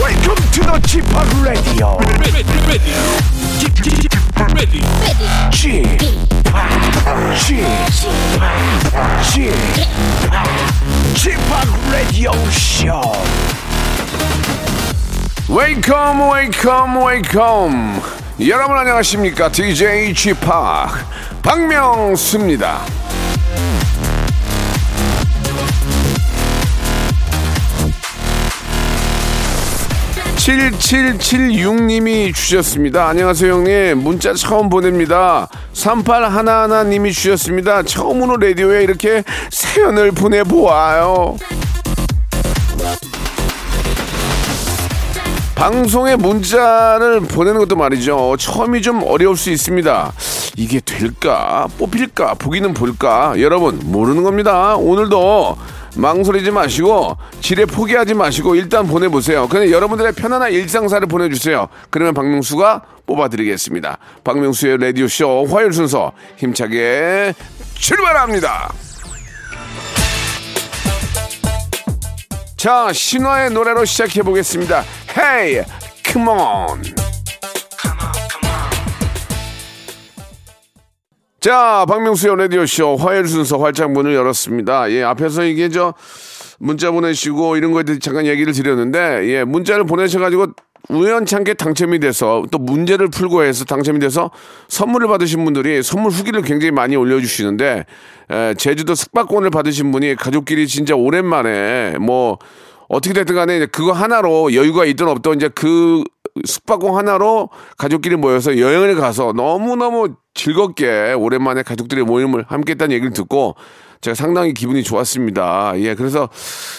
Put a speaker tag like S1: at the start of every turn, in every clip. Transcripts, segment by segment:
S1: Welcome to the g p o p Radio.
S2: ready, ready, ready, ready,
S1: g p o p g p o p g p o p Radio Show.
S3: 웨이컴 웨이컴 웨이컴 여러분 안녕하십니까 DJ g p o 박명수입니다 (7776님이) 주셨습니다 안녕하세요 형님 문자 처음 보냅니다 (3811님이) 주셨습니다 처음으로 라디오에 이렇게 사연을 보내보아요 방송에 문자를 보내는 것도 말이죠. 처음이 좀 어려울 수 있습니다. 이게 될까? 뽑힐까? 보기는 볼까? 여러분, 모르는 겁니다. 오늘도 망설이지 마시고, 지레 포기하지 마시고, 일단 보내보세요. 그냥 여러분들의 편안한 일상사를 보내주세요. 그러면 박명수가 뽑아드리겠습니다. 박명수의 라디오쇼 화요일 순서 힘차게 출발합니다. 자, 신화의 노래로 시작해 보겠습니다. Hey, come on. 자, 박명수의 라디오쇼 화요일 순서 활짝 문을 열었습니다. 예, 앞에서 이게 저 문자 보내시고 이런 거에 대해 잠깐 얘기를 드렸는데, 예, 문자를 보내셔가지고 우연찮게 당첨이 돼서 또 문제를 풀고 해서 당첨이 돼서 선물을 받으신 분들이 선물 후기를 굉장히 많이 올려주시는데, 에, 제주도 숙박권을 받으신 분이 가족끼리 진짜 오랜만에 뭐 어떻게 됐든 간에 이제 그거 하나로 여유가 있든 없든 이제 그 숙박공 하나로 가족끼리 모여서 여행을 가서 너무너무 즐겁게 오랜만에 가족들의 모임을 함께 했다는 얘기를 듣고 제가 상당히 기분이 좋았습니다. 예, 그래서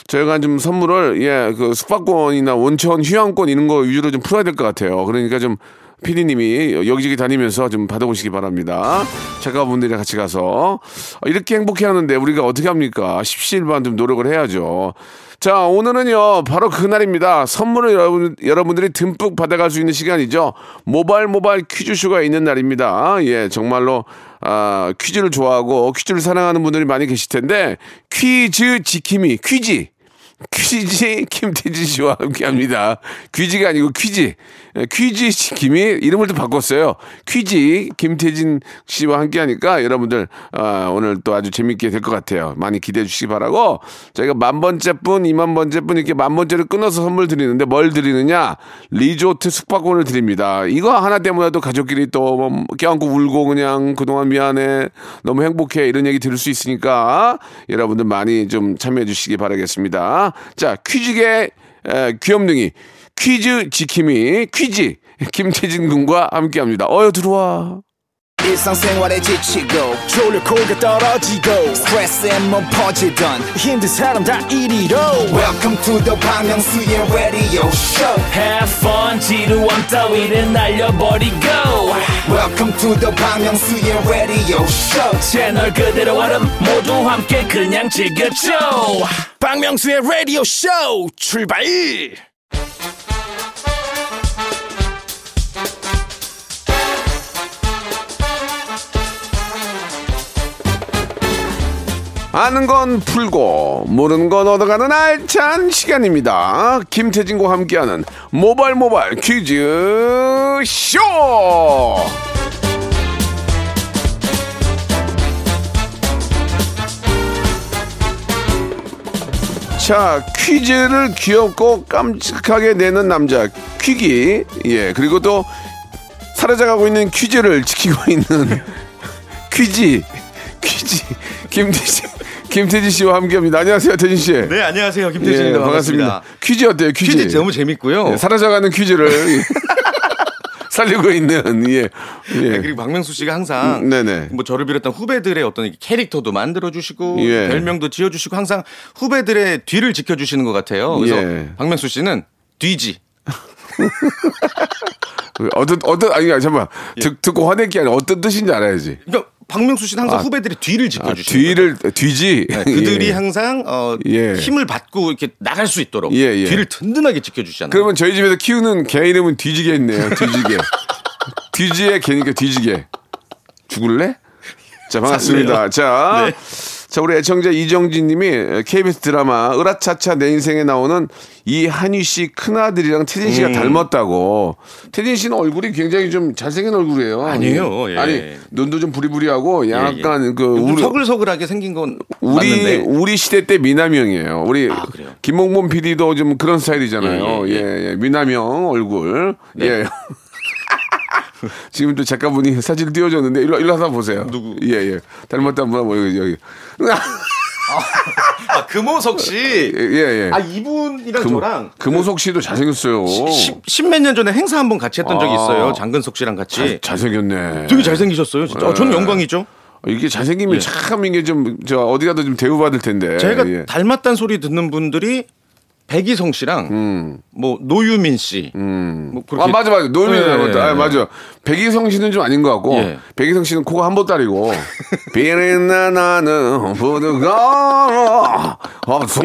S3: 저희가 좀 선물을 예, 그 숙박권이나 원천 휴양권 이런 거 위주로 좀 풀어야 될 것 같아요. 그러니까 좀 피디님이 여기저기 다니면서 좀 받아보시기 바랍니다. 작가분들이랑 같이 가서 어, 이렇게 행복해 하는데 우리가 어떻게 합니까? 십시일반 좀 노력을 해야죠. 자, 오늘은요, 바로 그날입니다. 선물을 여러분, 여러분들이 듬뿍 받아갈 수 있는 시간이죠. 모발 모발 퀴즈쇼가 있는 날입니다. 예, 정말로, 아, 퀴즈를 좋아하고 퀴즈를 사랑하는 분들이 많이 계실 텐데, 퀴즈 지킴이, 퀴즈. 퀴즈 김태지 씨와 함께합니다. 퀴즈가 아니고 퀴즈. 에, 예, 퀴즈 김이 이름을 또 바꿨어요. 퀴즈 김태진 씨와 함께하니까 여러분들 아, 오늘 또 아주 재밌게 될 것 같아요. 많이 기대해 주시기 바라고 저희가 만 번째 분, 이만 번째 분 이렇게 만 번째를 끊어서 선물 드리는데 뭘 드리느냐 리조트 숙박권을 드립니다. 이거 하나 때문에도 가족끼리 또 뭐 껴안고 울고 그냥 그동안 미안해 너무 행복해 이런 얘기 들을 수 있으니까 여러분들 많이 좀 참여해 주시기 바라겠습니다. 자 퀴즈계 에, 귀염둥이 퀴즈 지킴이 퀴즈 김태진 군과 함께합니다. 어여 들어와.
S4: 일상생활에 지치고,
S1: 졸려 코가 떨어지고
S4: 스트레스에 몸 퍼지던,
S1: 힘든 사람 다 이리로.
S4: welcome to the Bang Myung-soo's radio show
S2: Have fun 지루함 따위를 날려버리고
S4: welcome to the Bang Myung-soo's radio show
S2: 채널 그대로 얼음 모두 함께 그냥 즐겨줘
S1: 박명수의 라디오 쇼 출발.
S3: 아는 건 풀고 모르는 건 얻어가는 알찬 시간입니다. 김태진과 함께하는 모발 모발 퀴즈 쇼. 자 퀴즈를 귀엽고 깜찍하게 내는 남자 퀴기 예 그리고 또 사라져가고 있는 퀴즈를 지키고 있는 퀴지 퀴지 김태지 김태지 씨와 함께합니다. 안녕하세요, 태진 씨.
S5: 네, 안녕하세요. 김태진입니다. 반갑습니다.
S3: 퀴즈 어때요? 예, 퀴즈,
S5: 퀴즈 너무 재밌고요.
S3: 예, 사라져가는 퀴즈를 예. 살리고 있는 예.
S5: 네,
S3: 예.
S5: 그리고 박명수 씨가 항상
S3: 음, 네네.
S5: 뭐 저를 비롯한 후배들의 어떤 캐릭터도 만들어 주시고
S3: 예.
S5: 별명도 지어 주시고 항상 후배들의 뒤를 지켜 주시는 것 같아요. 그래서
S3: 예.
S5: 박명수 씨는 뒤지.
S3: 어떤 어떤 아니 잠깐만
S5: 예.
S3: 듣, 듣고 화낼게 아니라 어떤 뜻인지 알아야지.
S5: 그러니까 박명수 씨는 항상
S3: 아,
S5: 후배들의 뒤를
S3: 아,
S5: 지켜 주시는
S3: 뒤를 뒤지.
S5: 네, 그들이
S3: 예.
S5: 항상 어,
S3: 예.
S5: 힘을 받고 이렇게 나갈 수 있도록
S3: 예, 예.
S5: 뒤를 든든하게 지켜 주시잖아요.
S3: 그러면 저희 집에서 키우는 개 이름은 뒤지게 있네요. 뒤지게.
S5: 네.
S3: 뒤지의 개니까 뒤지게. 죽을래? 자 반갑습니다. 자. 자, 우리 애청자 이정진 님이 KBS 드라마 으라차차 내 인생에 나오는 이 한희 씨 큰아들이랑 태진
S5: 음.
S3: 씨가 닮았다고. 태진 씨는 얼굴이 굉장히 좀 잘생긴 얼굴이에요.
S5: 아니에요, 예.
S3: 아니, 눈도 좀 부리부리하고 약간 그
S5: 좀
S3: 우리
S5: 서글서글하게 생긴 건
S3: 우리
S5: 맞는데 아,
S3: 우리 시대 때 미남형이에요. 우리
S5: 그래요?
S3: 김홍범 PD도 좀 그런 스타일이잖아요.
S5: 예,
S3: 예,
S5: 예, 네.
S3: 예, 미남형 얼굴. 예. 지금 또 작가분이 사진을 띄워줬는데 일로 일로 하나 보세요.
S5: 누구?
S3: 예, 예. 닮았다 한번 뭐 여기 여기.
S5: 아, 금호석 씨.
S3: 예, 예.
S5: 아 이분이랑
S3: 금,
S5: 저랑
S3: 금호석 씨도 잘생겼어요.
S5: 십몇 년 전에 행사 한 번 같이 했던 적이
S3: 아.
S5: 있어요. 장근석 씨랑 같이.
S3: 잘, 잘생겼네.
S5: 예.
S3: 어,
S5: 되게 잘생기셨어요. 진짜. 아, 저는
S3: 네.
S5: 영광이죠.
S3: 이게 잘생기면 참 이게 좀 저 어디 가도 좀 대우받을 텐데.
S5: 제가
S3: 예.
S5: 닮았다는 소리 듣는 분들이 백이성 씨랑 뭐 노유민 씨. 뭐 그렇게
S3: 음. 아 맞아 맞아 노인이
S5: 예,
S3: 닮았다.
S5: 예,
S3: 아
S5: 예.
S3: 맞아. 백이성 씨는 좀 아닌 것 같고
S5: 예.
S3: 백이성 씨는 코가 한 보따리고 비린내 나는 부드가 없어.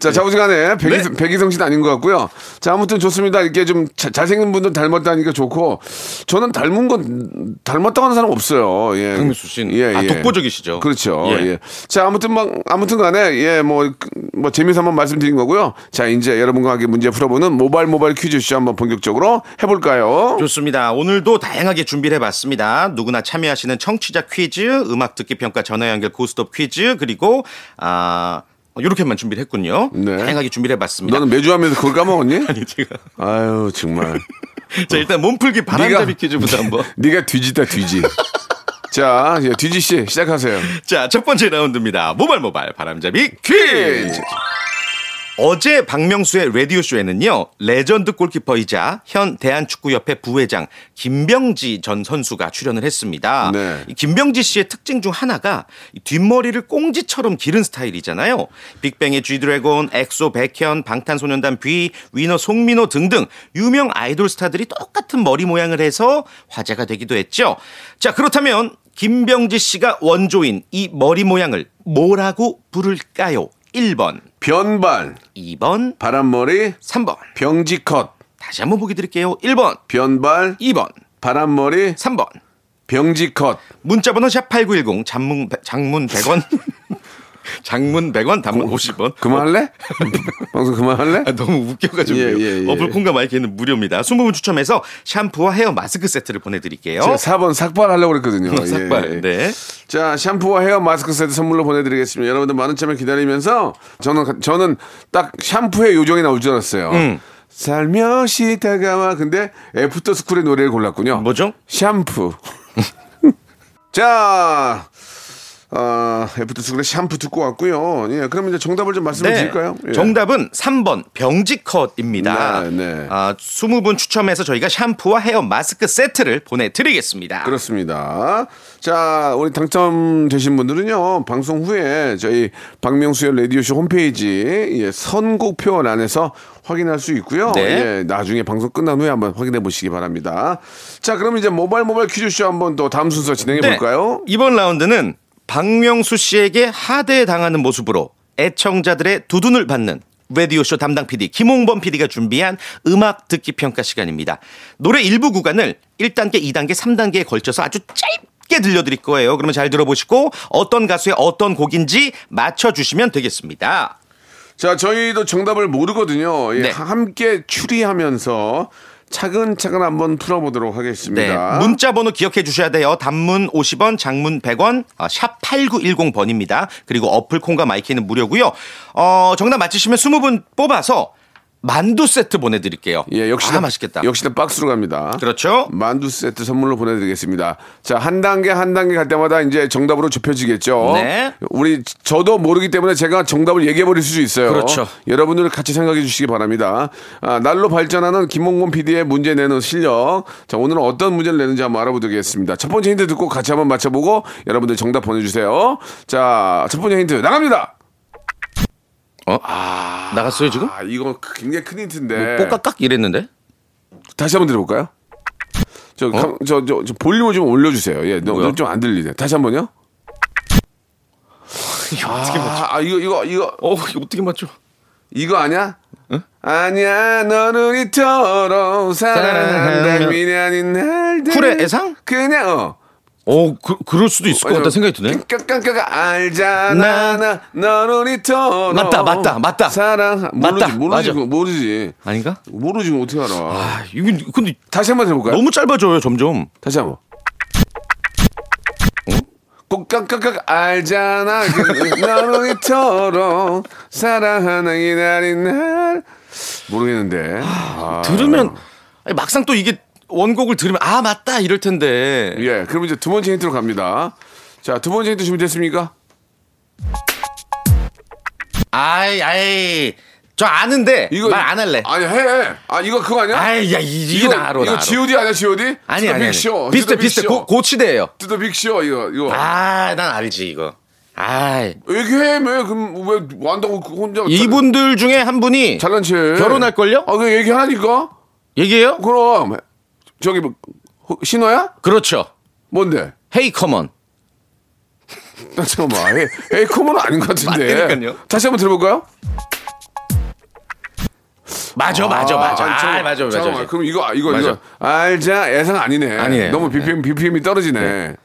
S3: 자 자부지간에
S5: 네.
S3: 백이성, 백이성 씨는 아닌 것 같고요. 자 아무튼 좋습니다. 이렇게 좀 자- 잘생긴 분들 닮았다니까 좋고 저는 닮은 건 닮았다고 하는 사람 없어요. 예.
S5: 박명수 씨는 아, 독보적이시죠.
S3: 그렇죠.
S5: 예.
S3: 예. 자 아무튼 막 아무튼 간에 예뭐뭐 재미삼아 말씀드린 거고요. 자 이제 여러분과 함께 문제 풀어보는 모발 모발 퀴즈쇼 한번 본격적으로 해볼까요?
S5: 좋습니다. 오늘도 다양하게 준비를 해봤습니다. 누구나 참여하시는 청취자 퀴즈, 음악 듣기 평가 전화 연결 고스톱 퀴즈 그리고 아 이렇게만 준비를 했군요.
S3: 네.
S5: 다양하게 준비를 해봤습니다.
S3: 너는 매주 하면서 그걸 까먹었니?
S5: 아니 제가
S3: 아유 정말
S5: 자 일단 몸풀기 바람잡이 퀴즈부터 한번.
S3: 네가 뒤지다 뒤지. 자 예, 뒤지 씨 시작하세요.
S5: 자 첫 번째 라운드입니다. 모발 모발 바람잡이 퀴즈. 어제 박명수의 라디오 쇼에는요 레전드 골키퍼이자 현 대한축구협회 부회장 김병지 전 선수가 출연을 했습니다.
S3: 네.
S5: 이 김병지 씨의 특징 중 하나가 이 뒷머리를 꽁지처럼 기른 스타일이잖아요. 빅뱅의 G드래곤, 엑소 백현, 방탄소년단 뷔, 위너 송민호 등등 유명 아이돌 스타들이 똑같은 머리 모양을 해서 화제가 되기도 했죠. 자 그렇다면 김병지 씨가 원조인 이 머리 모양을 뭐라고 부를까요? 1번.
S3: 변발
S5: 2번,
S3: 바람머리
S5: 3번.
S3: 병지컷
S5: 다시 한번 보기 드릴게요. 1번,
S3: 변발
S5: 2번,
S3: 바람머리
S5: 3번.
S3: 병지컷
S5: 문자 번호 샵8910 장문 백- 장문 100원. 장문 100원 단문 50원.
S3: 그만할래? 방송 그만할래?
S5: 아, 너무 웃겨가지고
S3: 예, 예, 예.
S5: 어플 콩과 마이크는 무료입니다. 20분 추첨해서 샴푸와 헤어 마스크 세트를 보내드릴게요.
S3: 제가 4번 삭발 하려고 그랬거든요. 예,
S5: 어? 삭발.
S3: 예.
S5: 네.
S3: 자, 샴푸와 헤어 마스크 세트 선물로 보내드리겠습니다. 여러분들 많은 참여 기다리면서 저는 저는 딱 샴푸의 요정이 나올 줄 알았어요.
S5: 음.
S3: 살며시 다가와 근데 애프터 스쿨의 노래를 골랐군요.
S5: 뭐죠?
S3: 샴푸. 자, 아, 애프터 스쿨의 샴푸 듣고 왔고요. 예, 그럼 이제 정답을 좀 말씀해
S5: 네.
S3: 주실까요? 예.
S5: 정답은 3번 병지컷입니다.
S3: 네, 네.
S5: 아, 20분 추첨해서 저희가 샴푸와 헤어 마스크 세트를 보내드리겠습니다.
S3: 그렇습니다. 자, 우리 당첨되신 분들은요, 방송 후에 저희 박명수의 라디오쇼 홈페이지 예, 선곡표 안에서 확인할 수 있고요.
S5: 네.
S3: 예, 나중에 방송 끝난 후에 한번 확인해 보시기 바랍니다. 자, 그럼 이제 모바일 모바일 퀴즈쇼 한번 또 다음 순서 진행해
S5: 네.
S3: 볼까요?
S5: 이번 라운드는 박명수 씨에게 하대에 당하는 모습으로 애청자들의 두둔을 받는 라디오쇼 담당 PD 김홍범 PD가 준비한 음악 듣기 평가 시간입니다. 노래 일부 구간을 1단계, 2단계, 3단계에 걸쳐서 아주 짧게 들려드릴 거예요. 그러면 잘 들어보시고 어떤 가수의 어떤 곡인지 맞춰주시면 되겠습니다.
S3: 자, 저희도 정답을 모르거든요. 예,
S5: 네.
S3: 함께 추리하면서 차근차근 한번 풀어보도록
S5: 네.
S3: 하겠습니다.
S5: 문자 번호 기억해 주셔야 돼요. 단문 50원, 장문 100원, 아, 샵 8910번입니다. 그리고 어플 콩과 마이키는 무료고요. 어, 정답 맞히시면 20분 뽑아서 만두 세트 보내 드릴게요.
S3: 예, 역시나
S5: 아, 맛있겠다.
S3: 역시나 박스로 갑니다.
S5: 그렇죠?
S3: 만두 세트 선물로 보내드리겠습니다. 자, 한 단계 한 단계 갈 때마다 이제 정답으로 좁혀지겠죠.
S5: 네.
S3: 우리 저도 모르기 때문에 제가 정답을 얘기해 버릴 수도 있어요.
S5: 그렇죠.
S3: 여러분들 같이 생각해 주시기 바랍니다. 아, 날로 발전하는 김홍곤 PD의 문제 내는 실력. 자, 오늘은 어떤 문제를 내는지 한번 알아보겠습니다. 첫 번째 힌트 듣고 같이 한번 맞춰보고 여러분들 정답 보내주세요. 자, 첫 번째 힌트 나갑니다.
S5: 어? 나갔어요, 지금?
S3: 아, 네. 이거 굉장히 큰 힌트인데.
S5: 뽀깍깍 이랬는데.
S3: 다시 한번 들어볼까요? 저, 감- 저, 저, 저 볼륨을 좀 올려주세요. 예,
S5: 어? 뭐야?
S3: 좀안 들리네. 다시 한 번요. 아, 아, 이거, 이거, 이거,
S5: 어, 이거 어떻게 맞죠?
S3: 이거 아니야? 아니야, 너는 이토록 사랑한다.
S5: 사랑한다.
S3: 미련인 날들.
S5: 쿨의 애상?
S3: 그냥, 어.
S5: 어, 그, 그럴 수도 있을 것 같다 생각이 드네.
S3: 깡깡깡 알잖아
S5: 나.
S3: 나 너는 이토록
S5: 맞다, 맞다, 맞다.
S3: 사랑 모르지
S5: 맞다,
S3: 모르지
S5: 맞아.
S3: 그거 모르지
S5: 아닌가?
S3: 모르지 그거 어떻게 알아
S5: 아, 이건 근데
S3: 다시 한번 해볼까요?
S5: 너무 짧아져요 점점.
S3: 다시 한번 꼭 깡깡깡 알잖아 그 너는 이토록 사랑하는 이날이 날 모르겠는데 아,
S5: 들으면 아니, 막상 또 이게 원곡을 들으면 아 맞다 이럴 텐데.
S3: 예, 그럼 이제 두 번째 힌트로 갑니다. 자, 두 번째 힌트 준비됐습니까?
S5: 아이 아이 저 아는데 말 안 할래.
S3: 아니 해. 아 이거 그거 아니야?
S5: 아이 야 이- 이게 나로
S3: 이거
S5: 나로.
S3: G.O.D 아니야 G.O.D?
S5: 아니 아니. 아니.
S3: 빅쇼. 어.
S5: 비슷해 비슷해 고, 고치대예요.
S3: 뚜더 빅쇼 이거 이거.
S5: 아 난 알지 이거. 아
S3: 얘기해 뭐, 왜 그럼 왜 완다고 혼자
S5: 이분들 중에 한 분이
S3: 잘난 체.
S5: 결혼할 걸요?
S3: 아 그 얘기하니까
S5: 얘기해요?
S3: 그럼 저기 뭐 호- 신호야?
S5: 그렇죠.
S3: 뭔데?
S5: 헤이 커먼.
S3: 나 잠깐만. 에이, 에이 커먼 아닌 것 같은데.
S5: 맞다니까요.
S3: 다시 한번 들어볼까요?
S5: 맞아 맞아 맞아.
S3: 아니,
S5: 아,
S3: 잠깐만,
S5: 맞아 맞아.
S3: 잠깐만.
S5: 맞아.
S3: 그럼 이거 이거
S5: 맞아.
S3: 이거 알자 예상 아니네.
S5: 아니에요.
S3: 너무 BPM BPM이 떨어지네.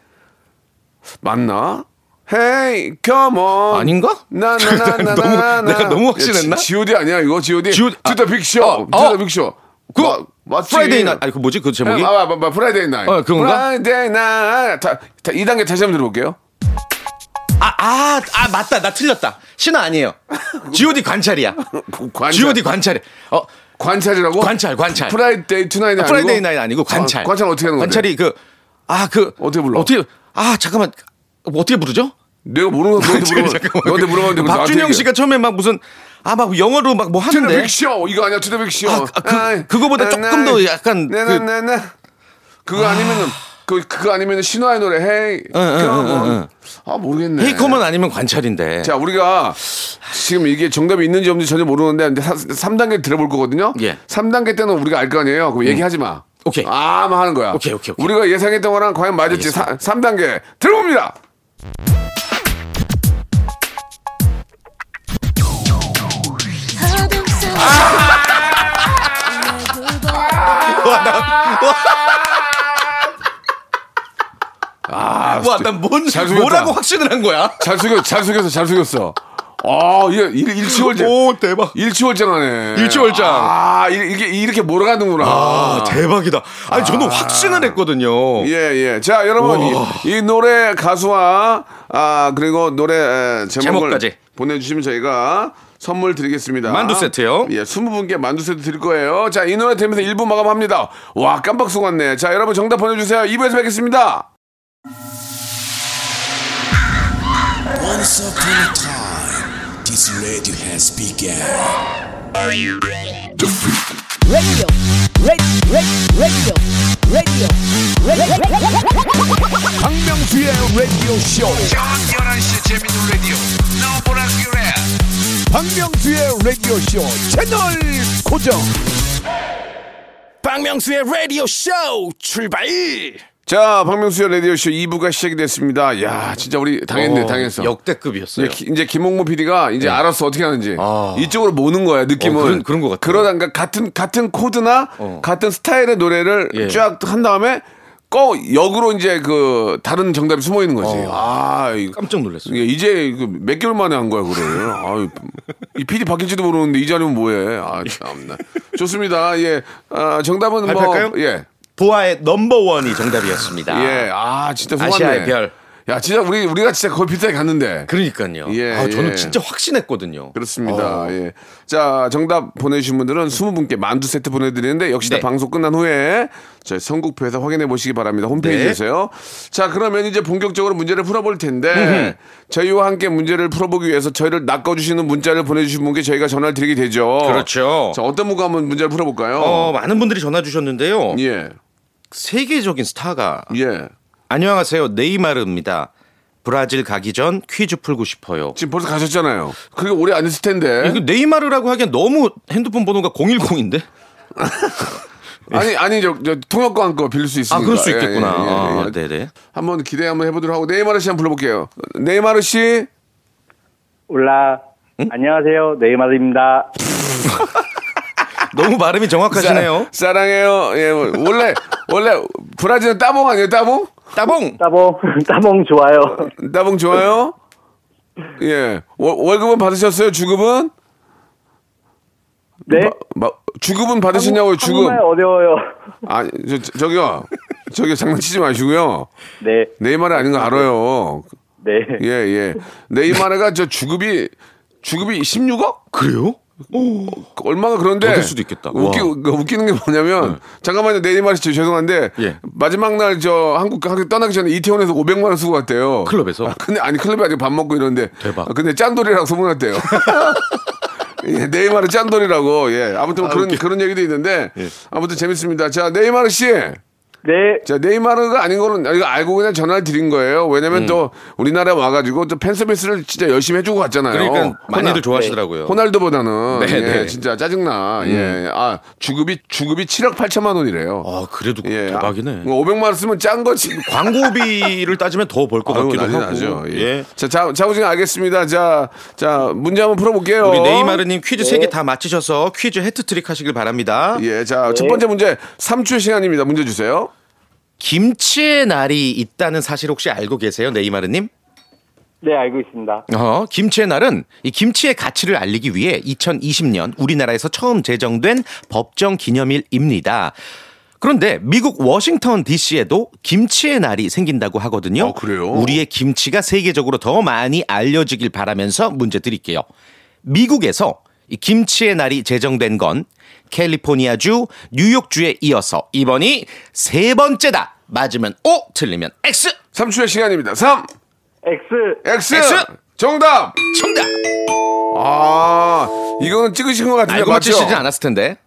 S3: 맞나? 헤이 컴온
S5: 아닌가?
S3: 나나나나
S5: 너무- 내가 너무 확신했나?
S3: G.O.D 아니야 이거 G.O.D.
S5: G.O.D. 아,
S3: 투더 빅쇼
S5: 어, 어.
S3: 투더 빅쇼.
S5: 그
S3: 마- 맞지.
S5: 프라이데이 날 아니 그 뭐지 그 제목이?
S3: 뭐, 아, 아, 아, 아, 프라이데이 날.
S5: 어, 그건가?
S3: 프라이데이 날. 다, 다, 2단계 다시 한번 들어볼게요.
S5: 아, 아, 아, 맞다. 나 틀렸다. 신화 아니에요. GOD 관찰이야.
S3: 관찰,
S5: GOD 관찰이. 어,
S3: 관찰이라고?
S5: 관찰, 관찰.
S3: 프라이데이 투나인 아니고?
S5: 프라이데이 나이 아니고 관찰.
S3: 아, 관찰 어떻게 하는 건데?
S5: 관찰이 그, 아, 그.
S3: 어떻게 불러?
S5: 어떻게, 아, 잠깐만. 뭐 어떻게 부르죠?
S3: 내가 모르는 거 너한테 물어봐.
S5: 잠깐만.
S3: 너한테 물어봤는데 그걸 나한테
S5: 박준영
S3: 얘기해.
S5: 씨가 처음에 막 무슨, 아, 막 영어로 막 뭐
S3: 투더
S5: 하는데.
S3: 빅쇼 이거 아니야 투더 빅쇼
S5: 아, 아, 그- 그거보다
S3: 네,
S5: 조금 더 약간 그-
S3: 나나나나 네, 그거 아니면은 그 그거 아니면은 신화의 노래 헤이 컴온 아 모르겠네
S5: 헤이커먼 아니면 관찰인데.
S3: 자 우리가 지금 이게 정답이 있는지 없는지 전혀 모르는데 근데 3단계 들어볼 거거든요
S5: 예. 음.
S3: 삼 3단계 때는 우리가 알 거 아니에요 그럼 얘기하지 마
S5: 오케이.
S3: 아만 하는 거야
S5: 오케이, 오케이, 오케이.
S3: 우리가 예상했던 거랑 과연 맞을지 사, 3단계 들어봅니다
S5: 와, 난 뭔,
S3: 아, 잘 속였다.
S5: 뭐라고 확신을 한 거야?
S3: 잘 속였 잘 속였어 잘 속였어 아얘 일치월제
S5: 오, 대박.
S3: 일치월장하네
S5: 일치월장.
S3: 아 이- 이게 이렇게 몰아가는구나
S5: 아, 대박이다. 아니, 저는 확신을 했거든요.
S3: 예, 예. 자, 여러분,
S5: 어. 우와.
S3: 이, 이 노래 가수와, 아, 그리고 노래 에, 제목을
S5: 제목까지.
S3: 보내주시면 저희가 선물 드리겠습니다.
S5: 만두 세트요?
S3: 예, 20분께 만두 세트 드릴 거예요. 자, 이 노래 들으면서 1부 마감합니다. 와, 깜빡 속았네. 자, 여러분 정답 보내주세요. 2부에서 뵙겠습니다.
S1: Once upon a time, this radio has begun.
S6: radio, radio, radio, radio, radio,
S1: 박명수의 라디오 쇼. 저녁 11시 재밌는 라디오. 너보라 그래. 박명수의 라디오 쇼 채널 고정. 박명수의 라디오 쇼 출발.
S3: 자, 박명수의 라디오쇼 2부가 시작이 됐습니다. 야, 진짜 우리 당했네, 당했어.
S5: 역대급이었어요. 네.
S3: 이제, 기- 이제 김홍모 PD가 이제 알았어 어떻게 하는지
S5: 아.
S3: 이쪽으로 모는 거야 느낌은
S5: 어, 그런- 그런 것 같아요.
S3: 그러다가 그러니까 같은 같은 코드나
S5: 어.
S3: 같은 스타일의 노래를
S5: 예.
S3: 쫙 한 다음에 꺼 역으로 이제 그 다른 정답이 숨어 있는 거지. 아 이거
S5: 깜짝 놀랐어요.
S3: 이게 이제 그몇 개월 만에 한 거야 그거를. 아유, 이 PD 바뀔지도 모르는데 이 자리면 뭐해? 아 참나. 좋습니다. 예, 아, 정답은
S5: 발표할까요?
S3: 뭐 예.
S5: 보아의 넘버원이 정답이었습니다.
S3: 예, 아 진짜 속았네.
S5: 아시아의 별.
S3: 야, 진짜 우리 우리가 진짜 거의 비슷하게 갔는데.
S5: 그러니까요.
S3: 예,
S5: 아, 저는
S3: 예.
S5: 진짜 확신했거든요. 어.
S3: 그렇습니다. 예. 자, 정답 보내주신 분들은 20분께 만두 세트 보내드리는데 역시 나
S5: 네.
S3: 방송 끝난 후에 저희 선곡표에서 확인해 보시기 바랍니다.
S5: 네.
S3: 홈페이지에서요. 자, 그러면 이제 본격적으로 문제를 풀어볼 텐데 저희와 함께 문제를 풀어보기 위해서 저희를 낚아주시는 문자를 보내주신 분께 저희가 전화를 드리게 되죠.
S5: 그렇죠.
S3: 자, 어떤 분과 한번 문제를 풀어볼까요?
S5: 어, 많은 분들이 전화 주셨는데요.
S3: 예.
S5: 세계적인 스타가
S3: 예.
S5: 안녕하세요. 네이마르입니다. 브라질 가기 전 퀴즈 풀고 싶어요.
S3: 지금 벌써 가셨잖아요. 그게 오래 안 있을 텐데.
S5: 이거 네이마르라고 하기엔 너무 핸드폰 번호가 010인데?
S3: 아니, 아니, 저, 저 통역관 거 빌릴 수
S5: 아,
S3: 있으니까.
S5: 그럴 수
S3: 예,
S5: 있겠구나.
S3: 예, 예, 예.
S5: 아, 네네.
S3: 한번 기대 한번 해보도록 하고 네이마르 씨 한번 불러볼게요. 네이마르 씨.
S7: 올라 안녕하세요 네이마르입니다.
S5: 너무 발음이 정확하시네요.
S3: 사, 사랑해요. 예, 뭐, 원래 원래 브라질은 따봉 아니에요? 따봉?
S5: 따봉.
S7: 따봉, 따봉 좋아요.
S3: 따봉 좋아요? 예. 월, 월급은 받으셨어요? 주급은?
S7: 네?
S3: 마, 주급은 받으시냐고요, 주급.
S7: 정말 어려워요.
S3: 아, 저, 저- 저기요. 저기 장난치지 마시고요.
S7: 네,
S3: 네이마르 아닌 거 알아요.
S7: 네.
S3: 예, 예. 네이마르가 저 주급이, 주급이 16억?
S5: 그래요?
S3: 얼마가 그런데.
S5: 받을 수도 있겠다.
S3: 웃기,
S5: 와. 네.
S3: 그 웃기는 게 뭐냐면, 잠깐만요, 네이마르 씨 죄송한데,
S5: 예.
S3: 마지막 날 저 한국, 한국 떠나기 전에 이태원에서 500만원 쓰고 왔대요.
S5: 클럽에서?
S3: 아, 근데, 아니, 클럽에 아직 밥 먹고 이러는데.
S5: 대박.
S3: 아, 근데 짠돌이라고 소문났대요. 예, 네이마르 짠돌이라고, 예. 아무튼 그런, 그런 얘기도 있는데,
S5: 예.
S3: 아무튼 재밌습니다. 자, 네이마르 씨.
S7: 네,
S3: 자 네이마르가 아닌 거는 이거 알고 그냥 전화를 드린 거예요.
S5: 음.
S3: 왜냐면 또 우리나라에 와가지고 또 팬서비스를 진짜 열심히 해주고 갔잖아요.
S5: 그러니까
S3: 어, 예, 호나-
S5: 많이들 좋아하시더라고요.
S3: 호날두보다는
S5: 네,
S3: 예,
S5: 네. 음.
S3: 진짜 짜증나. 예, 아 주급이 주급이 7억 8천만 원이래요.
S5: 아 그래도
S3: 예,
S5: 대박이네.
S3: 500만 원 쓰면 짠 거지.
S5: 광고비를 따지면 더 벌 것
S3: 아유,
S5: 같기도
S3: 난리
S5: 하고.
S3: 나죠. 예.
S5: 예.
S3: 자, 자, 자우진 알겠습니다. 자, 자, 문제 한번 풀어볼게요.
S5: 우리 네이마르님 퀴즈 세 개 다 맞히셔서 퀴즈 해트트릭 하시길 바랍니다.
S3: 예, 자, 첫 번째 문제 3초 시간입니다. 문제 주세요.
S5: 김치의 날이 있다는 사실 혹시 알고 계세요, 네이마르님?
S7: 네, 알고 있습니다.
S5: 어, 김치의 날은 이 김치의 가치를 알리기 위해 2020년 우리나라에서 처음 제정된 법정 기념일입니다. 그런데 미국 워싱턴 DC에도 김치의 날이 생긴다고 하거든요.
S3: 아, 그래요?
S5: 우리의 김치가 세계적으로 더 많이 알려지길 바라면서 문제 드릴게요. 미국에서 이 김치의 날이 제정된 건 캘리포니아주, 뉴욕주에 이어서 이번이 세 번째다. 맞으면 O, 틀리면 X.
S3: 3초의 시간입니다. 3,
S7: X.
S3: X,
S5: X.
S3: 정답.
S5: 정답.
S3: 아, 이거는 찍으신 것 같은데
S5: 알고
S3: 맞죠?
S5: 맞히시진 않았을 텐데.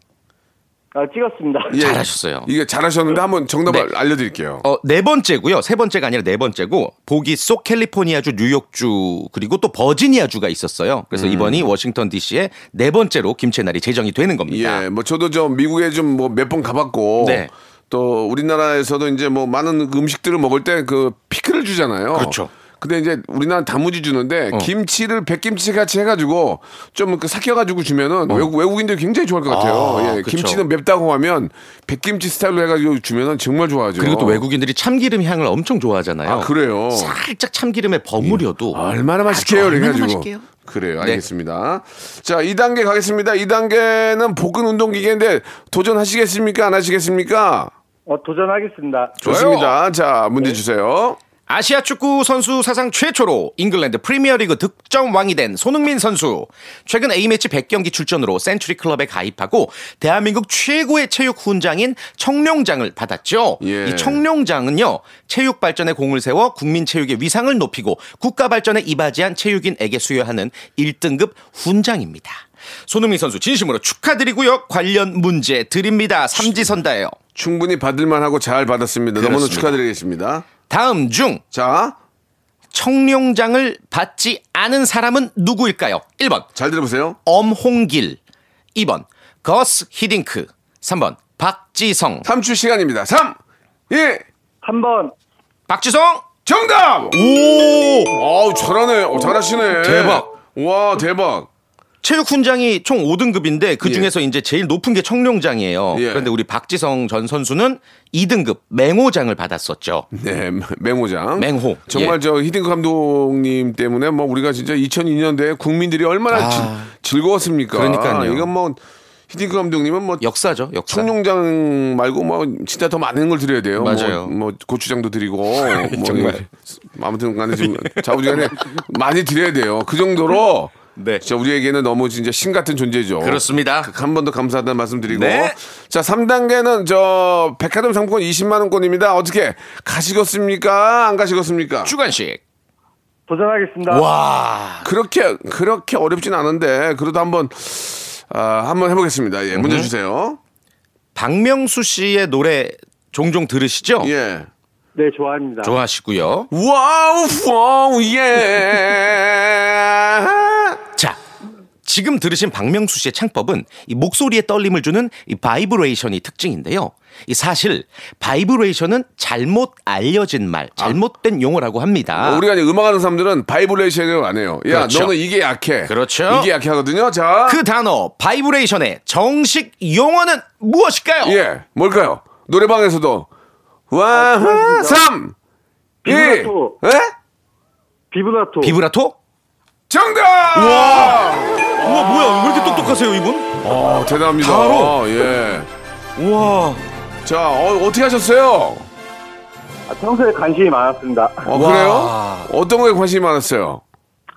S7: 아, 찍었습니다.
S3: 예,
S5: 잘하셨어요.
S3: 이게 잘하셨는데 한번 정답을
S5: 네.
S3: 알려드릴게요.
S5: 어, 네 번째고요. 세 번째가 아니라 네 번째고 보기 속 캘리포니아주, 뉴욕주 그리고 또 버지니아주가 있었어요.
S3: 음.
S5: 그래서 이번이 워싱턴 D.C.의 네 번째로 김치 날이 제정이 되는 겁니다.
S3: 예, 뭐 저도 좀 미국에 좀 뭐 몇 번 가봤고
S5: 네.
S3: 또 우리나라에서도 이제 뭐 많은 음식들을 먹을 때 그 피클을 주잖아요.
S5: 그렇죠. 어.
S3: 근데 이제 우리나라 다무지 주는데 김치를 백김치 같이 해가지고 좀 그 삭혀가지고 주면은 외국 외국인들이 굉장히 좋아할 것 같아요.
S5: 어. 아,
S3: 예,
S5: 그쵸.
S3: 김치는 맵다고 하면 백김치 스타일로 해가지고 주면은 정말 좋아하죠.
S5: 그리고 또 외국인들이 참기름 향을 엄청 좋아하잖아요.
S3: 아 음. 그래요.
S5: 살짝 참기름에 버무려도
S3: 얼마나 맛있게요,
S5: 아주
S3: 그래
S5: 얼마나
S3: 가지고.
S5: 맛있게요. 네.
S3: 그래요, 알겠습니다. 자, 2단계 가겠습니다. 2단계는 복근 운동 기계인데 도전하시겠습니까? 안 하시겠습니까?
S7: 어, 도전하겠습니다.
S3: 좋습니다. 자,
S5: 네.
S3: 문제 주세요.
S5: 아시아 축구 선수 사상 최초로 잉글랜드 프리미어리그 득점 왕이 된 손흥민 선수. 최근 A매치 100경기 출전으로 센츄리 클럽에 가입하고 대한민국 최고의 체육 훈장인 청룡장을 받았죠.
S3: 예.
S5: 이 청룡장은요. 체육 발전에 공을 세워 국민 체육의 위상을 높이고 국가 발전에 이바지한 체육인에게 수여하는 1등급 훈장입니다. 손흥민 선수 진심으로 축하드리고요. 관련 문제 드립니다. 삼지선다예요.
S3: 충분히 받을만 하고 잘 받았습니다. 너무나
S5: 그렇습니다.
S3: 축하드리겠습니다.
S5: 다음 중
S3: 자,
S5: 청룡장을 받지 않은 사람은 누구일까요? 1번
S3: 잘 들어보세요.
S5: 엄홍길 2번 거스 히딩크 3번 박지성
S3: 3주 시간입니다. 3, 2,
S7: 한 번,
S5: 박지성
S3: 정답!
S5: 오
S3: 어우, 잘하네. 어, 잘하시네.
S5: 대박.
S3: 와, 대박.
S5: 체육훈장이 총 5등급인데 그 중에서 이제 제일 높은 게 청룡장이에요.
S3: 예.
S5: 그런데 우리 박지성 전 선수는 2등급 맹호장을 받았었죠.
S3: 네, 맹호장.
S5: 맹호.
S3: 정말
S5: 예.
S3: 저 히딩크 감독님 때문에 뭐 우리가 진짜 2002년도에 국민들이 얼마나 지- 즐거웠습니까?
S5: 아. 그러니까요.
S3: 이건 뭐 히딩크 감독님은 뭐
S5: 역사죠, 역사.
S3: 청룡장 말고 뭐 진짜 더 많은 걸 드려야 돼요.
S5: 맞아요.
S3: 뭐, 뭐 고추장도 드리고 뭐 정말 아무튼 간에 좀 자부지간에 많이 드려야 돼요. 그 정도로
S5: 네.
S3: 진짜 우리에게는 너무 진짜 신 같은 존재죠.
S5: 그렇습니다.
S3: 한 번 더 감사하다는 말씀 드리고
S5: 네.
S3: 자 3단계는 저 백화점 상품권 20만 원권입니다. 어떻게 가시겠습니까? 안 가시겠습니까?
S5: 주간식.
S7: 도전하겠습니다.
S5: 와.
S3: 그렇게 그렇게 어렵진 않은데 그래도 한번 아, 한번 해보겠습니다. 예,
S5: 음.
S3: 문제 주세요.
S5: 박명수 씨의 노래 종종 들으시죠?
S3: 예.
S7: 네, 좋아합니다.
S5: 좋아하시고요.
S3: 와우 와우 예.
S5: 자, 지금 들으신 박명수 씨의 창법은 이 목소리에 떨림을 주는 이 바이브레이션이 특징인데요. 이 사실 바이브레이션은 잘못 알려진 말, 잘못된 용어라고 합니다.
S3: 우리가 이제 음악하는 사람들은 바이브레이션을 안 해요. 야
S5: 아. 그렇죠.
S3: 너는 이게 약해.
S5: 그렇죠.
S3: 이게 약해 하거든요. 자.
S5: 그 단어 바이브레이션의 정식 용어는 무엇일까요? 아,
S3: 예. 뭘까요? 노래방에서도 와, 삼, 1. 예?
S7: 비브라토. 비브라토.
S5: 비브라토?
S3: 정답!
S5: 우와 뭐야 왜 이렇게 똑똑하세요 이분?
S3: 어, 대단합니다.
S5: 바로.
S3: 아, 예.
S5: 우와
S3: 자, 어, 떻게 하셨어요?
S7: 아, 평소에 관심이 많았습니다.
S3: 어,
S5: 와.
S3: 그래요? 어떤 거에 관심이 많았어요?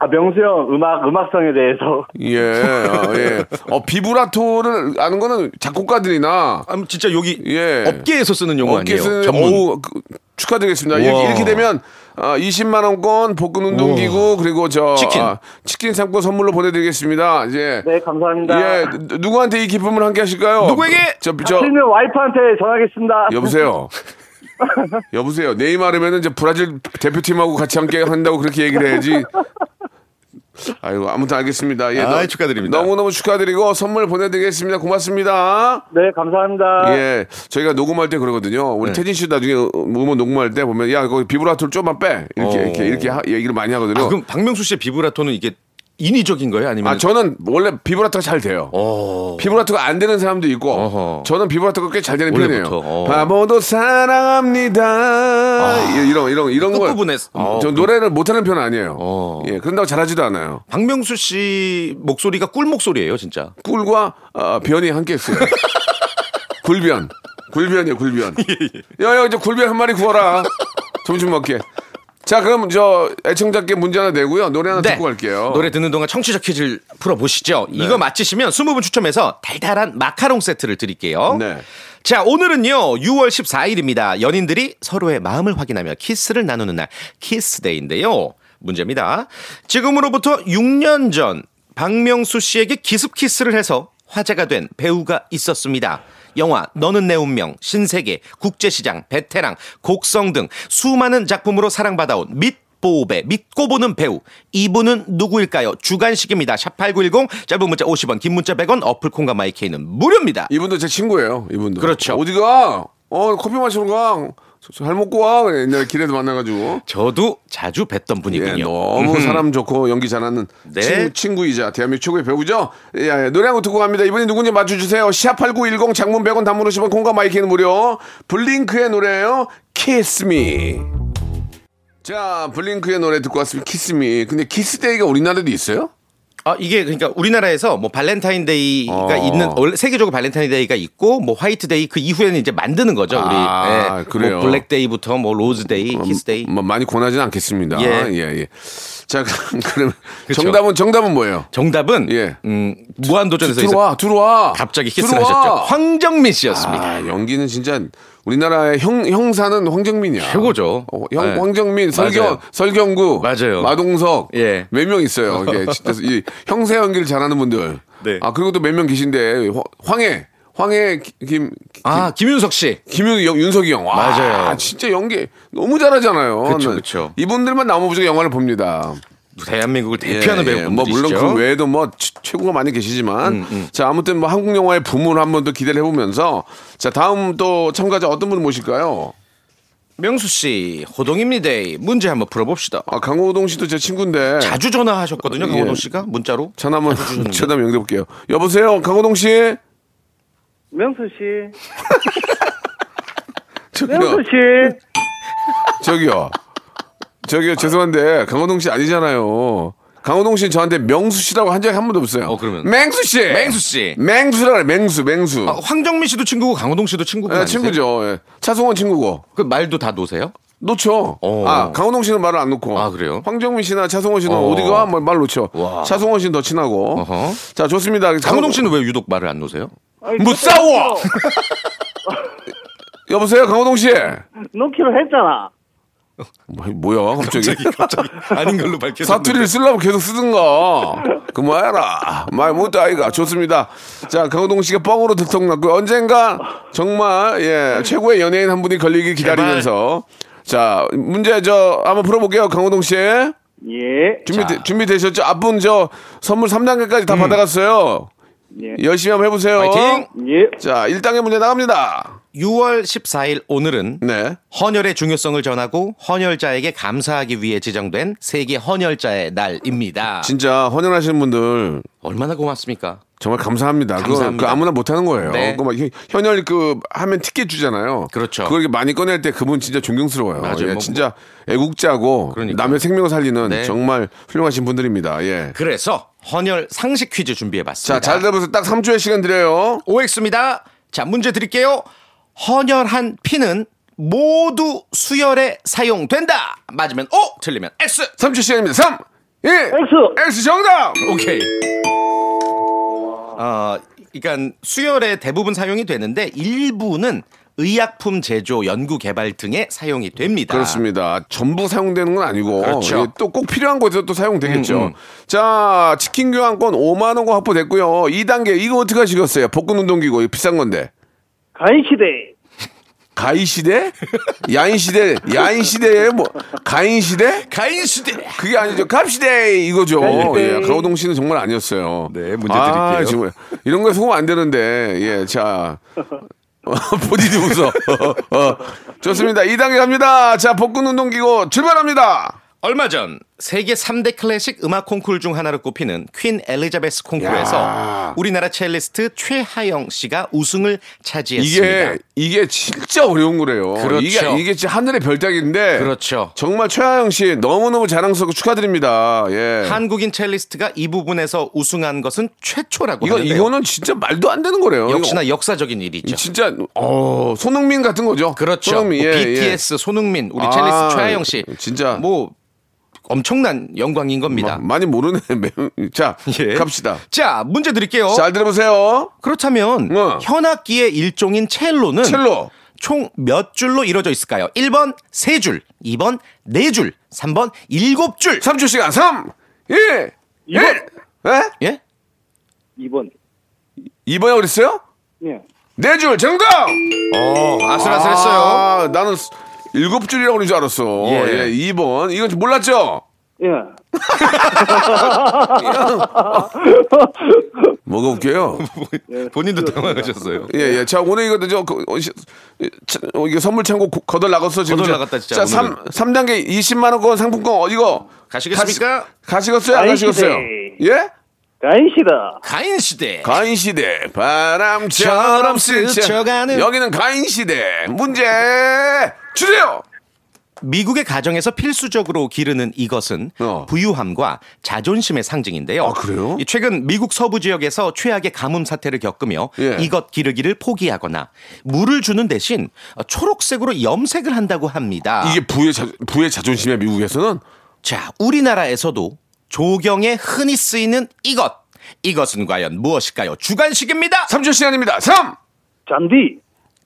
S7: 아, 명수 형 음악, 음악성에 대해서.
S3: 예, 아, 예. 어, 비브라토를 아는 거는 작곡가들이나
S5: 아, 진짜 여기
S3: 예.
S5: 업계에서 쓰는 용어
S3: 어깨
S5: 뭐 아니에요?
S3: 쓰는
S5: 전문.
S3: 어우, 그, 축하드리겠습니다. 이렇게,
S5: 우와.
S3: 이렇게 되면 아, 20만 원권 복근 운동기구 그리고 저
S5: 치킨.
S3: 아, 치킨 상품 선물로 보내드리겠습니다. 이제
S7: 네, 감사합니다.
S3: 예 누- 누구한테 이 기쁨을 함께 하실까요?
S5: 누구에게?
S3: 저, 저
S7: 하필이면 와이프한테 전화하겠습니다.
S3: 여보세요. 여보세요. 네이마르면은 이제 브라질 대표팀하고 같이 함께 한다고 그렇게 얘기를 해야지. 아이고 아무튼 알겠습니다. 예,
S5: 아이,
S3: 너-
S5: 축하드립니다.
S3: 너무너무 축하드리고 선물 보내드리겠습니다. 고맙습니다.
S7: 네,
S5: 아.
S7: 감사합니다.
S3: 예, 저희가 녹음할 때 그러거든요.
S5: 네.
S3: 우리 태진 씨 나중에 음원 녹음할 때 보면 야 거기 비브라토를 좀만 빼 이렇게
S5: 어.
S3: 이렇게 이렇게 하- 얘기를 많이 하거든요.
S5: 아,
S3: 아,
S5: 그럼 박명수 씨의 비브라토는 이게 인위적인 거예요? 아니면
S3: 저는 원래 비브라토가 잘 돼요.
S5: 어.
S3: 비브라토가 안 되는 사람도 있고
S5: 어허.
S3: 저는 비브라토가 꽤 잘 되는 편이에요.
S5: 원래부터, 어.
S3: 바보도 사랑합니다. 이- 이런 이런 이런 걸.
S5: 아.
S3: 음,
S5: 끝부분에- 어,
S3: 저 노래를 못하는 편은 아니에요.
S5: 어.
S3: 예, 그런다고 잘하지도 않아요.
S5: 박명수 씨 목소리가 꿀 목소리예요, 진짜.
S3: 꿀과 어, 변이 함께 있어요. 굴변. 굴변이요, 굴변.
S5: 예,
S3: 야, 야, 이제 굴변 한 마리 구워라. 점심 먹게. 자, 그럼 저 애청자께 문제 하나 내고요. 노래 하나 듣고 갈게요.
S5: 네.
S3: 네.
S5: 노래 듣는 동안 청취자 퀴즈를 풀어보시죠. 이거 맞히시면 20분 추첨해서 달달한 마카롱 세트를 드릴게요.
S3: 네.
S5: 자, 오늘은요, 6월 14일입니다. 연인들이 서로의 마음을 확인하며 키스를 나누는 날, 키스데이인데요. 문제입니다. 지금으로부터 6년 전, 박명수 씨에게 기습 키스를 해서 화제가 된 배우가 있었습니다. 영화 너는 내 운명, 신세계, 국제시장, 베테랑, 곡성 등 수많은 작품으로 사랑받아온 밑 보배 믿고 보는 배우 이분은 누구일까요? 주간식입니다. 샵8910 짧은 문자 50원 긴 문자 100원 어플 콩과 마이케이는 무료입니다.
S3: 이분도 제 친구예요. 이분도.
S5: 그렇죠.
S3: 어디가? 어, 커피 마시러 가. 저- 저잘 먹고 와. 그래, 옛날에 길에서 만나가지고.
S5: 저도 자주 뵀던
S3: 예,
S5: 분이군요. 음.
S3: 너무 사람 좋고 연기 잘하는
S5: 네.
S3: 친, 친구이자 대한민국 최고의 배우죠. 예, 예, 노래 한 곡 듣고 갑니다. 이분이 누군지 맞춰주세요. 샵8910 장문 100원 단문 50원 공감 마이키는 무료. 블링크의 노래예요. 키스 미. 자, 블링크의 노래 듣고 왔습니다. 키스 미. 근데 키스데이가 우리나라에도 있어요?
S5: 아, 이게 그러니까 우리나라에서 뭐 발렌타인데이가
S3: 어.
S5: 있는 원래 세계적으로 발렌타인데이가 있고 뭐 화이트데이 그 이후에는 이제 만드는 거죠. 우리
S3: 아,
S5: 예,
S3: 그래요.
S5: 뭐 블랙데이부터 뭐 로즈데이, 키스데이.
S3: 뭐 많이 권하진 않겠습니다. 예,
S5: 예.
S3: 예. 자, 그럼, 그럼
S5: 그쵸.
S3: 정답은 정답은 뭐예요?
S5: 정답은
S3: 예.
S5: 음, 무한도전에서 이제
S3: 들어와, 들어와.
S5: 갑자기 키스를
S3: 들어와.
S5: 하셨죠. 황정민 씨였습니다.
S3: 아, 연기는 진짜 우리나라의 형 형사는 황정민이야.
S5: 최고죠.
S3: 어, 형
S5: 네.
S3: 황정민, 설경
S5: 맞아요.
S3: 설경구,
S5: 맞아요.
S3: 마동석,
S5: 예.
S3: 몇 명 있어요. 이게 진짜 이 형사 연기를 잘하는 분들.
S5: 네.
S3: 아 그리고 또 몇 명 계신데 황- 황해, 황해 김, 김
S5: 아, 김윤석 씨.
S3: 김윤 영- 윤석이 형. 와,
S5: 맞아요.
S3: 진짜 연기 너무 잘하잖아요.
S5: 그쵸,
S3: 나-
S5: 그쵸.
S3: 이분들만 나무 보자고 영화를 봅니다.
S5: 대한민국을 대표하는
S3: 예, 예.
S5: 배우분들이시죠. 음,
S3: 뭐 물론 그 외에도 뭐 최- 최고가 많이 계시지만 자 아무튼 뭐 한국 영화의 붐을 한번 더 기대를 해보면서 자 다음 또 참가자 어떤 분 모실까요?
S5: 명수 씨, 호동입니다. 문제 한번 풀어봅시다.
S3: 아 강호동 씨도 제 친구인데
S5: 자주 전화하셨거든요, 강호동
S3: 네. 예.
S5: 씨가 문자로.
S3: 전화 한번 전화 연결해 볼게요. 여보세요, 강호동 씨.
S7: 명수 씨.
S3: 저기요,
S7: 명수 씨.
S3: 저기요, 저기요 죄송한데 강호동 씨 아니잖아요. 강호동 씨는 저한테 명수 씨라고 한 적이 한 번도 없어요.
S5: 어, 그러면.
S3: 맹수 씨,
S5: 맹수 씨.
S3: 맹수라 그래, 맹수, 맹수.
S5: 아, 황정민 씨도 친구고 강호동 씨도 친구고.
S3: 예, 친구죠. 예. 차승원 친구고.
S5: 그 말도 다 놓으세요?
S3: 놓죠.
S5: 어.
S3: 아 강호동 씨는 말을 안 놓고.
S5: 아, 그래요?
S3: 황정민 씨나 차승원 씨는 어.
S5: 어.
S3: 디가 말, 말 놓죠.
S5: 와.
S3: 차승원 씨는 더 친하고.
S5: 어허.
S3: 자 좋습니다.
S5: 강호동 씨는 왜 유독 말을 안 놓으세요?
S3: 못 싸워. 여보세요, 강호동 씨.
S7: 놓기로 했잖아.
S3: 뭐, 뭐야 갑자기?
S5: 갑자기 아닌 걸로 밝혀졌는데.
S3: 사투리를 쓰려면 계속 쓰든가. 그만해라. 말 못해 아이가. 좋습니다. 자 강호동 씨가 뻥으로 들통났고 언젠가 정말 예 최고의 연예인 한 분이 걸리길 기다리면서 자 문제 저 한번 풀어볼게요, 강호동 씨.
S7: 예.
S3: 준비 준비되셨죠? 아, 앞분 저 선물 3단계까지 다 받아갔어요. 열심히 한번 해보세요.
S5: 음. 파이팅!
S7: 예.
S3: 자, 1단계 문제 나갑니다.
S5: 6월 14일 오늘은
S3: 네.
S5: 헌혈의 중요성을 전하고 헌혈자에게 감사하기 위해 지정된 세계 헌혈자의 날입니다.
S3: 진짜 헌혈하시는 분들
S5: 얼마나 고맙습니까?
S3: 정말 감사합니다. 그거-
S5: 감사합니다.
S3: 그거 아무나 못 하는 거예요.
S5: 네.
S3: 그거 막 현- 현혈 그 하면 티켓 주잖아요.
S5: 그렇죠.
S3: 그걸 이렇게 많이 꺼낼 때 그분 진짜 존경스러워요.
S5: 맞아요.
S3: 예,
S5: 뭐-
S3: 진짜 애국자고
S5: 그러니까.
S3: 남의 생명을 살리는
S5: 네.
S3: 정말 훌륭하신 분들입니다. 예.
S5: 그래서 헌혈 상식 퀴즈
S3: 자,
S5: 준비해봤습니다.
S3: 잘 들어보세요. 딱 3초의 시간 드려요.
S5: OX입니다. 자, 문제 드릴게요. 헌혈한 피는 모두 수혈에 사용된다. 맞으면 O, 틀리면 X.
S3: 3초 시간입니다. 3, 1,
S7: X.
S3: X 정답!
S5: 오케이. 어, 그러니까 수혈에 대부분 사용이 되는데 일부는 의약품 제조, 연구 개발 등에 사용이 됩니다.
S3: 그렇습니다. 전부 사용되는 건 아니고
S5: 그러니까. 그렇죠.
S3: 또 꼭 필요한 곳에서 또 사용되겠죠.
S5: 음, 음.
S3: 자 치킨 교환권 5만 원과 확보됐고요. 2단계 이거 어떻게 하시겠어요? 복근 운동기구 이거 비싼 건데
S7: 간시대.
S3: 가인 시대, 야인 시대, 야인 시대에 뭐 가인 시대?
S5: 가인 시대.
S3: 그게 아니죠. 갑시대 이거죠.
S7: 갑시대.
S3: 예, 강호동 씨는 정말 아니었어요.
S5: 네, 문제
S3: 아,
S5: 드릴게요.
S3: 정말. 이런 거에 속으면 안 되는데. 예, 자. 어, 본인이 웃어. 어, 어. 좋습니다. 2단계 갑니다. 자, 복근 운동기구 출발합니다.
S5: 얼마 전 세계 3대 클래식 음악 콩쿨 중 하나로 꼽히는 퀸 엘리자베스 콩쿨에서
S3: 야.
S5: 우리나라 첼리스트 최하영 씨가 우승을 차지했습니다.
S3: 이게 이게 진짜 어려운 거래요.
S5: 그렇죠.
S3: 이게 이게 진짜 하늘의 별따기인데
S5: 그렇죠.
S3: 정말 최하영 씨 너무너무 자랑스럽고 축하드립니다. 예.
S5: 한국인 첼리스트가 이 부분에서 우승한 것은 최초라고
S3: 이거
S5: 하는데요.
S3: 이거는 진짜 말도 안 되는 거래요.
S5: 역시나
S3: 이거
S5: 역사적인 일이죠.
S3: 진짜 어 손흥민 같은 거죠.
S5: 그렇죠.
S3: 손흥민
S5: 뭐
S3: 예,
S5: BTS 손흥민 우리
S3: 아,
S5: 첼리스 최하영 씨
S3: 진짜.
S5: 뭐 엄청난 영광인
S3: 예.
S5: 겁니다.
S3: 마- 많이 모르네. 자
S5: 예. 어?
S3: 갑시다.
S5: 자 문제 드릴게요.
S3: 잘 들어보세요.
S5: 그렇다면
S3: 어.
S5: 현악기의 일종인 첼로는
S3: 첼로.
S5: 총 몇 줄로 이루어져 있을까요? 1번 3줄, 2번 4줄, 3번 7줄.
S3: 3초 시간 3 1
S7: 이번.
S3: 1 예?
S5: 예?
S7: 2번.
S3: 2번에 그랬어요?
S7: 예.
S3: 네 줄 정답.
S5: 어, 아슬아슬했어요.
S3: 아, 나는 스- 일곱 줄이라고 그런 줄 알았어.
S5: 예.
S3: 예. 2번. 이건 좀 몰랐죠?
S7: 예.
S3: 뭐가 웃겨요?
S5: 본인도 당황하셨어요.
S3: 예, 예. 자, 오늘 이거 저, 그, 어, 시- 차- 어, 이게 선물 창고 고- 거덜 나갔어, 지금.
S5: 거덜 나갔다, 진짜,
S3: 자, 3,
S5: 오늘은.
S3: 삼단계 20만원권 상품권, 어, 이거.
S5: 가시겠습니까?
S3: 가시, 겠어요안
S7: 가인시대.
S3: 가시겠어요? 예?
S7: 간시다.
S5: 가인시대.
S3: 가인시대, 바람처럼 스쳐가는.
S5: 스쳐가는.
S3: 여기는 가인시대. 문제, 주세요!
S5: 미국의 가정에서 필수적으로 기르는 이것은
S3: 어.
S5: 부유함과 자존심의 상징인데요.
S3: 아, 그래요?
S5: 이 최근 미국 서부 지역에서 최악의 가뭄 사태를 겪으며
S3: 예.
S5: 이것 기르기를 포기하거나 물을 주는 대신 초록색으로 염색을 한다고 합니다.
S3: 이게 부의, 자, 부의 자존심이야, 미국에서는?
S5: 자, 우리나라에서도 조경에 흔히 쓰이는 이것. 이것은 과연 무엇일까요? 주관식입니다.
S3: 3초 시간입니다. 3!
S7: 잔디.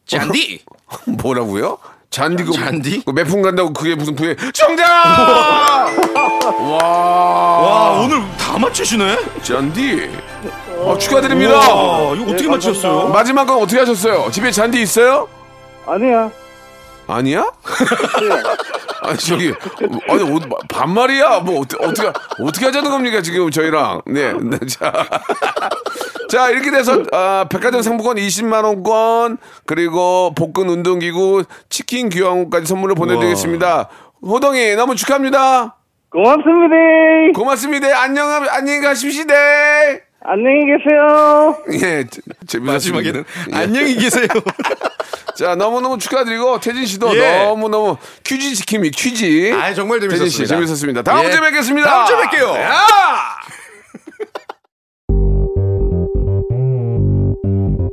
S5: 잔디.
S3: 어, 뭐라고요? 잔디 그
S5: 잔디?
S3: 몇분 간다고 그게 무슨 부에 정답! 와,
S5: 와, 오늘 다 맞추시네.
S3: 잔디. 아, 축하드립니다.
S5: 와, 이거 어떻게
S7: 네,
S5: 맞추셨어요?
S3: 마지막 건 어떻게 하셨어요? 집에 잔디 있어요?
S7: 아니야.
S3: 아니야? 아니 저기 아니 어, 마- 반말이야 뭐 어떻게 어떻게 어떻게 하자는 겁니까 지금 저희랑 네자자 이렇게 돼서 아, 백화점 상품권 20만 원권 그리고 복근 운동기구 치킨 교환권까지 선물을 보내드리겠습니다 호동이 너무 축하합니다
S7: 고맙습니다.
S3: 고맙습니다 안녕 안녕히 가십시대
S7: 안녕히 계세요.
S3: 예 재밌었습니다
S5: 마지막에는
S3: 예.
S5: 안녕히 계세요.
S3: 자 너무너무 축하드리고 태진 씨도
S5: 예.
S3: 너무너무 퀴즈 지킴이 퀴즈
S5: 아, 정말
S3: 태진 씨 재밌었습니다
S5: 재밌었습니다.
S3: 다음
S5: 예.
S3: 주에 뵙겠습니다 네.
S5: 다음 주에 뵐게요.
S3: 야!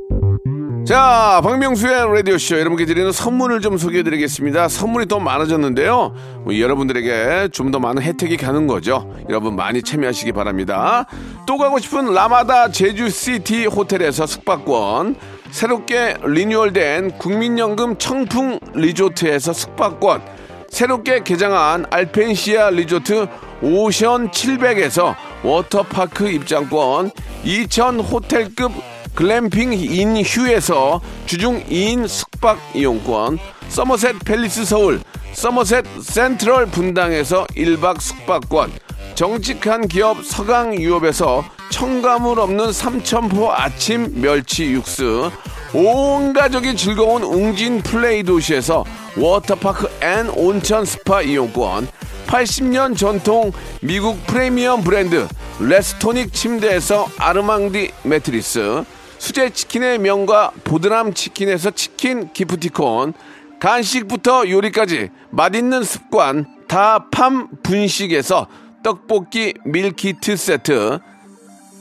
S3: 자, 박명수의 라디오쇼 여러분께 드리는 선물을 좀 소개해 드리겠습니다. 선물이 더 많아졌는데요. 뭐 여러분들에게 좀 더 많은 혜택이 가는 거죠. 여러분 많이 참여하시기 바랍니다. 또 가고 싶은 라마다 제주시티 호텔에서 숙박권, 새롭게 리뉴얼된 국민연금 청풍 리조트에서 숙박권, 새롭게 개장한 알펜시아 리조트 오션 700에서 워터파크 입장권, 2000 호텔급 글램핑 인 휴에서 주중 2인 숙박 이용권, 서머셋 팰리스 서울, 서머셋 센트럴 분당에서 1박 숙박권, 정직한 기업 서강유업에서 첨가물 없는 삼천포 아침 멸치 육수, 온 가족이 즐거운 웅진 플레이 도시에서 워터파크 앤 온천 스파 이용권 80년 전통 미국 프리미엄 브랜드 레스토닉 침대에서 아르망디 매트리스 수제 치킨의 명가 보드람 치킨에서 치킨 기프티콘 간식부터 요리까지 맛있는 습관 다팜 분식에서 떡볶이 밀키트 세트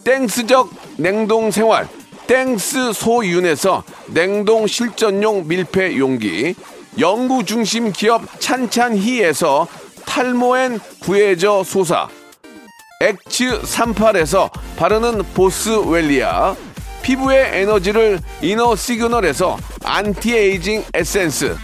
S3: 땡스적 냉동 생활 땡스 소윤에서 냉동 실전용 밀폐 용기 연구 중심 기업 찬찬히에서 탈모엔 구해저 소사 엑츠 38에서 바르는 보스웰리아 피부의 에너지를 이너 시그널에서 안티에이징 에센스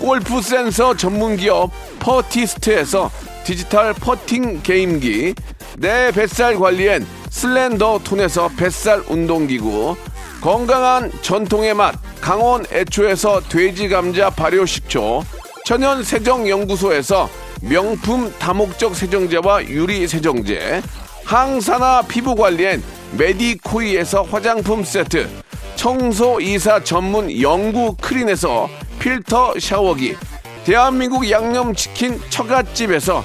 S3: 골프 센서 전문 기업 퍼티스트에서 디지털 퍼팅 게임기 내 뱃살 관리엔 슬렌더 톤에서 뱃살 운동기구 건강한 전통의 맛 강원 애초에서 돼지 감자 발효 식초 천연 세정 연구소에서 명품 다목적 세정제와 유리 세정제 항산화 피부 관리엔 메디코이에서 화장품 세트 청소 이사 전문 영구 크린에서 필터 샤워기 대한민국 양념치킨 처갓집에서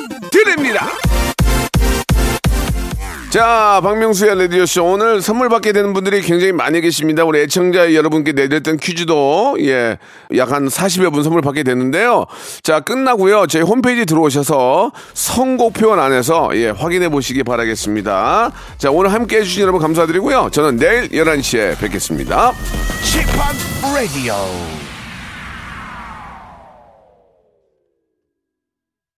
S3: 드립니다. 자, 박명수의 라디오쇼. 오늘 선물 받게 되는 분들이 굉장히 많이 계십니다. 우리 애청자 여러분께 내드렸던 퀴즈도, 예, 약 한 40여 분 선물 받게 됐는데요. 자, 끝나고요. 저희 홈페이지 들어오셔서 선곡표현 안에서, 예, 확인해 보시기 바라겠습니다. 자, 오늘 함께 해주신 여러분 감사드리고요. 저는 내일 11시에 뵙겠습니다.
S1: 지팍 라디오